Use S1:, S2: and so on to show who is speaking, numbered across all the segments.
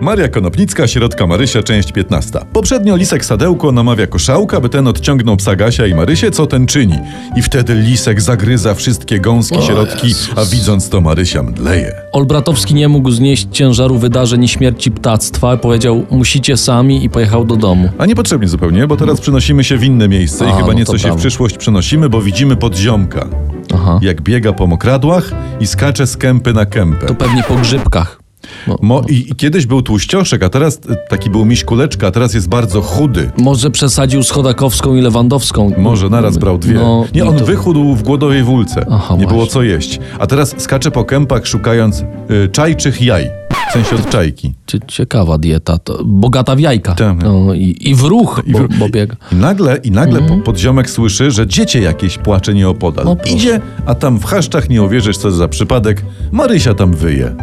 S1: Maria Konopnicka, środka Marysia, część 15. Poprzednio Lisek Sadełko namawia koszałka, by ten odciągnął psa Gasia i Marysię, co ten czyni. I wtedy Lisek zagryza wszystkie gąski
S2: O
S1: środki,
S2: Jezus.
S1: a widząc to Marysia mdleje.
S2: Olbratowski nie mógł znieść ciężaru wydarzeń i śmierci ptactwa. Powiedział, musicie sami i pojechał do domu.
S1: A niepotrzebnie zupełnie, bo teraz przenosimy się w inne miejsce i
S2: A,
S1: chyba
S2: no to
S1: nieco się w
S2: brawo.
S1: przyszłość przenosimy, bo widzimy podziomka,
S2: Aha.
S1: jak biega po mokradłach i skacze z kępy na kępę.
S2: To pewnie po grzybkach. Bo,
S1: Mo, i, I kiedyś był tłuścioszek, a teraz y, taki był miś kuleczka, a teraz jest bardzo chudy.
S2: może przesadził z Chodakowską i Lewandowską.
S1: Może naraz brał dwie.
S2: No,
S1: nie, on
S2: to-
S1: wychudł w głodowej wólce.
S2: Aha,
S1: nie było
S2: właśnie.
S1: co jeść. A teraz skacze po kępach szukając y, czajczych jaj. W sensie od czajki.
S2: Cie- Ciekawa dieta, to bogata w jajka.
S1: Tak.
S2: No, i, I w ruch,
S1: I,
S2: bo,
S1: wró-
S2: bo biega. Mhm.
S1: I nagle, i nagle po- podziomek słyszy, że dziecię jakieś płacze nieopodal.
S2: No proszę.
S1: Idzie, a tam w chaszczach nie uwierzysz, co za przypadek. Marysia tam wyje.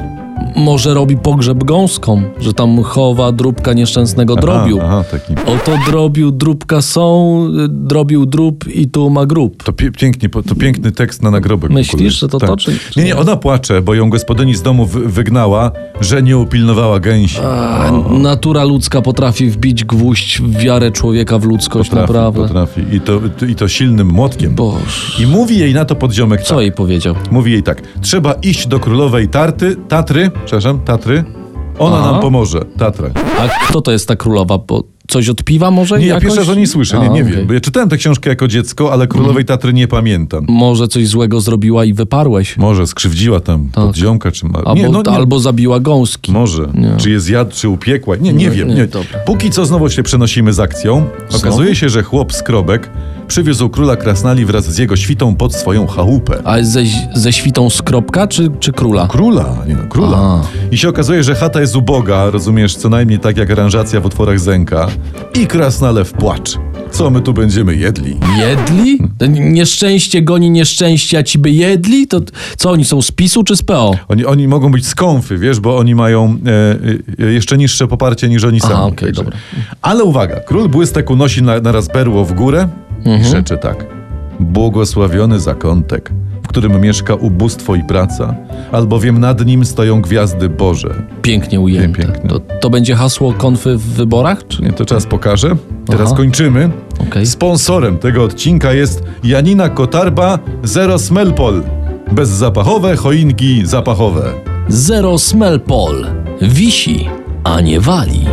S2: Może robi pogrzeb gąską, że tam chowa drubka nieszczęsnego drobiu.
S1: Aha, aha taki.
S2: Oto drobił drubka są, y, drobił drób i tu ma grób.
S1: To, pie- pięknie, po- to piękny tekst na nagrobek. w
S2: Myślisz,
S1: ogóle. Tak.
S2: że to to, czy- czy
S1: Nie, nie,
S2: nie?
S1: ona płacze, bo ją gospodyni z domu wy- wygnała, że nie upilnowała gęsi.
S2: A, natura ludzka potrafi wbić gwóźdź w wiarę człowieka w ludzkość, naprawdę.
S1: potrafi. I to, I to silnym młotkiem.
S2: Boż.
S1: I mówi jej na to podziomek
S2: Co
S1: tak.
S2: jej powiedział?
S1: Mówi jej tak. Trzeba iść do królowej Tarty, Tatry, przepraszam, Tatry. Ona
S2: Aha.
S1: nam pomoże, Tatra.
S2: A kto to jest ta królowa? Bo coś od piwa może?
S1: Nie, ja
S2: jakoś?
S1: pierwszy raz o niej słyszę, nie,
S2: A,
S1: nie
S2: okej.
S1: wiem. Bo ja czytałem tę książkę jako dziecko, ale królowej Tatry nie pamiętam.
S2: Może coś złego zrobiła i wyparłeś.
S1: Może skrzywdziła tam podziomka, czy ma...
S2: Tak. Albo,
S1: nie, no, nie,
S2: albo zabiła gąski.
S1: Może. Czy je zjadł, czy upiekła. Nie, nie,
S2: Nie,
S1: wiem.
S2: No, nie,
S1: Nie.
S2: dobra.
S1: Póki co znowu się przenosimy z akcją. Okazuje się, że chłop Skrobek przywiózł króla Krasnali wraz z jego świtą pod swoją chałupę.
S2: A ze, ze świtą skropka czy, czy króla?
S1: Króla, nie no, króla.
S2: A.
S1: I się okazuje, że chata jest uboga, rozumiesz, co najmniej tak jak aranżacja w otworach zęka. I krasnale w płacz. Co my tu będziemy jedli?
S2: Jedli? To Nieszczęście goni nieszczęście, a ci by jedli? To co oni są z PiSu czy z PO?
S1: Oni, oni mogą być skąfy, wiesz, bo oni mają e, e, jeszcze niższe poparcie niż oni sami.
S2: okej,
S1: także.
S2: dobra.
S1: Ale uwaga, król błystek unosi na, naraz berło w górę
S2: Mhm.
S1: i rzeczy tak. Błogosławiony zakątek, w którym mieszka ubóstwo i praca, albowiem nad nim stoją gwiazdy Boże.
S2: Pięknie ujęte.
S1: Pięknie.
S2: To, to będzie hasło konfy w wyborach? Czy...
S1: Nie, to czas pokaże. Teraz
S2: Aha.
S1: kończymy.
S2: Okej.
S1: Sponsorem tego odcinka jest Janina Kotarba Zero Smelpol. Bezzapachowe choinki zapachowe.
S2: Zero Smelpol. Wisi, a nie wali.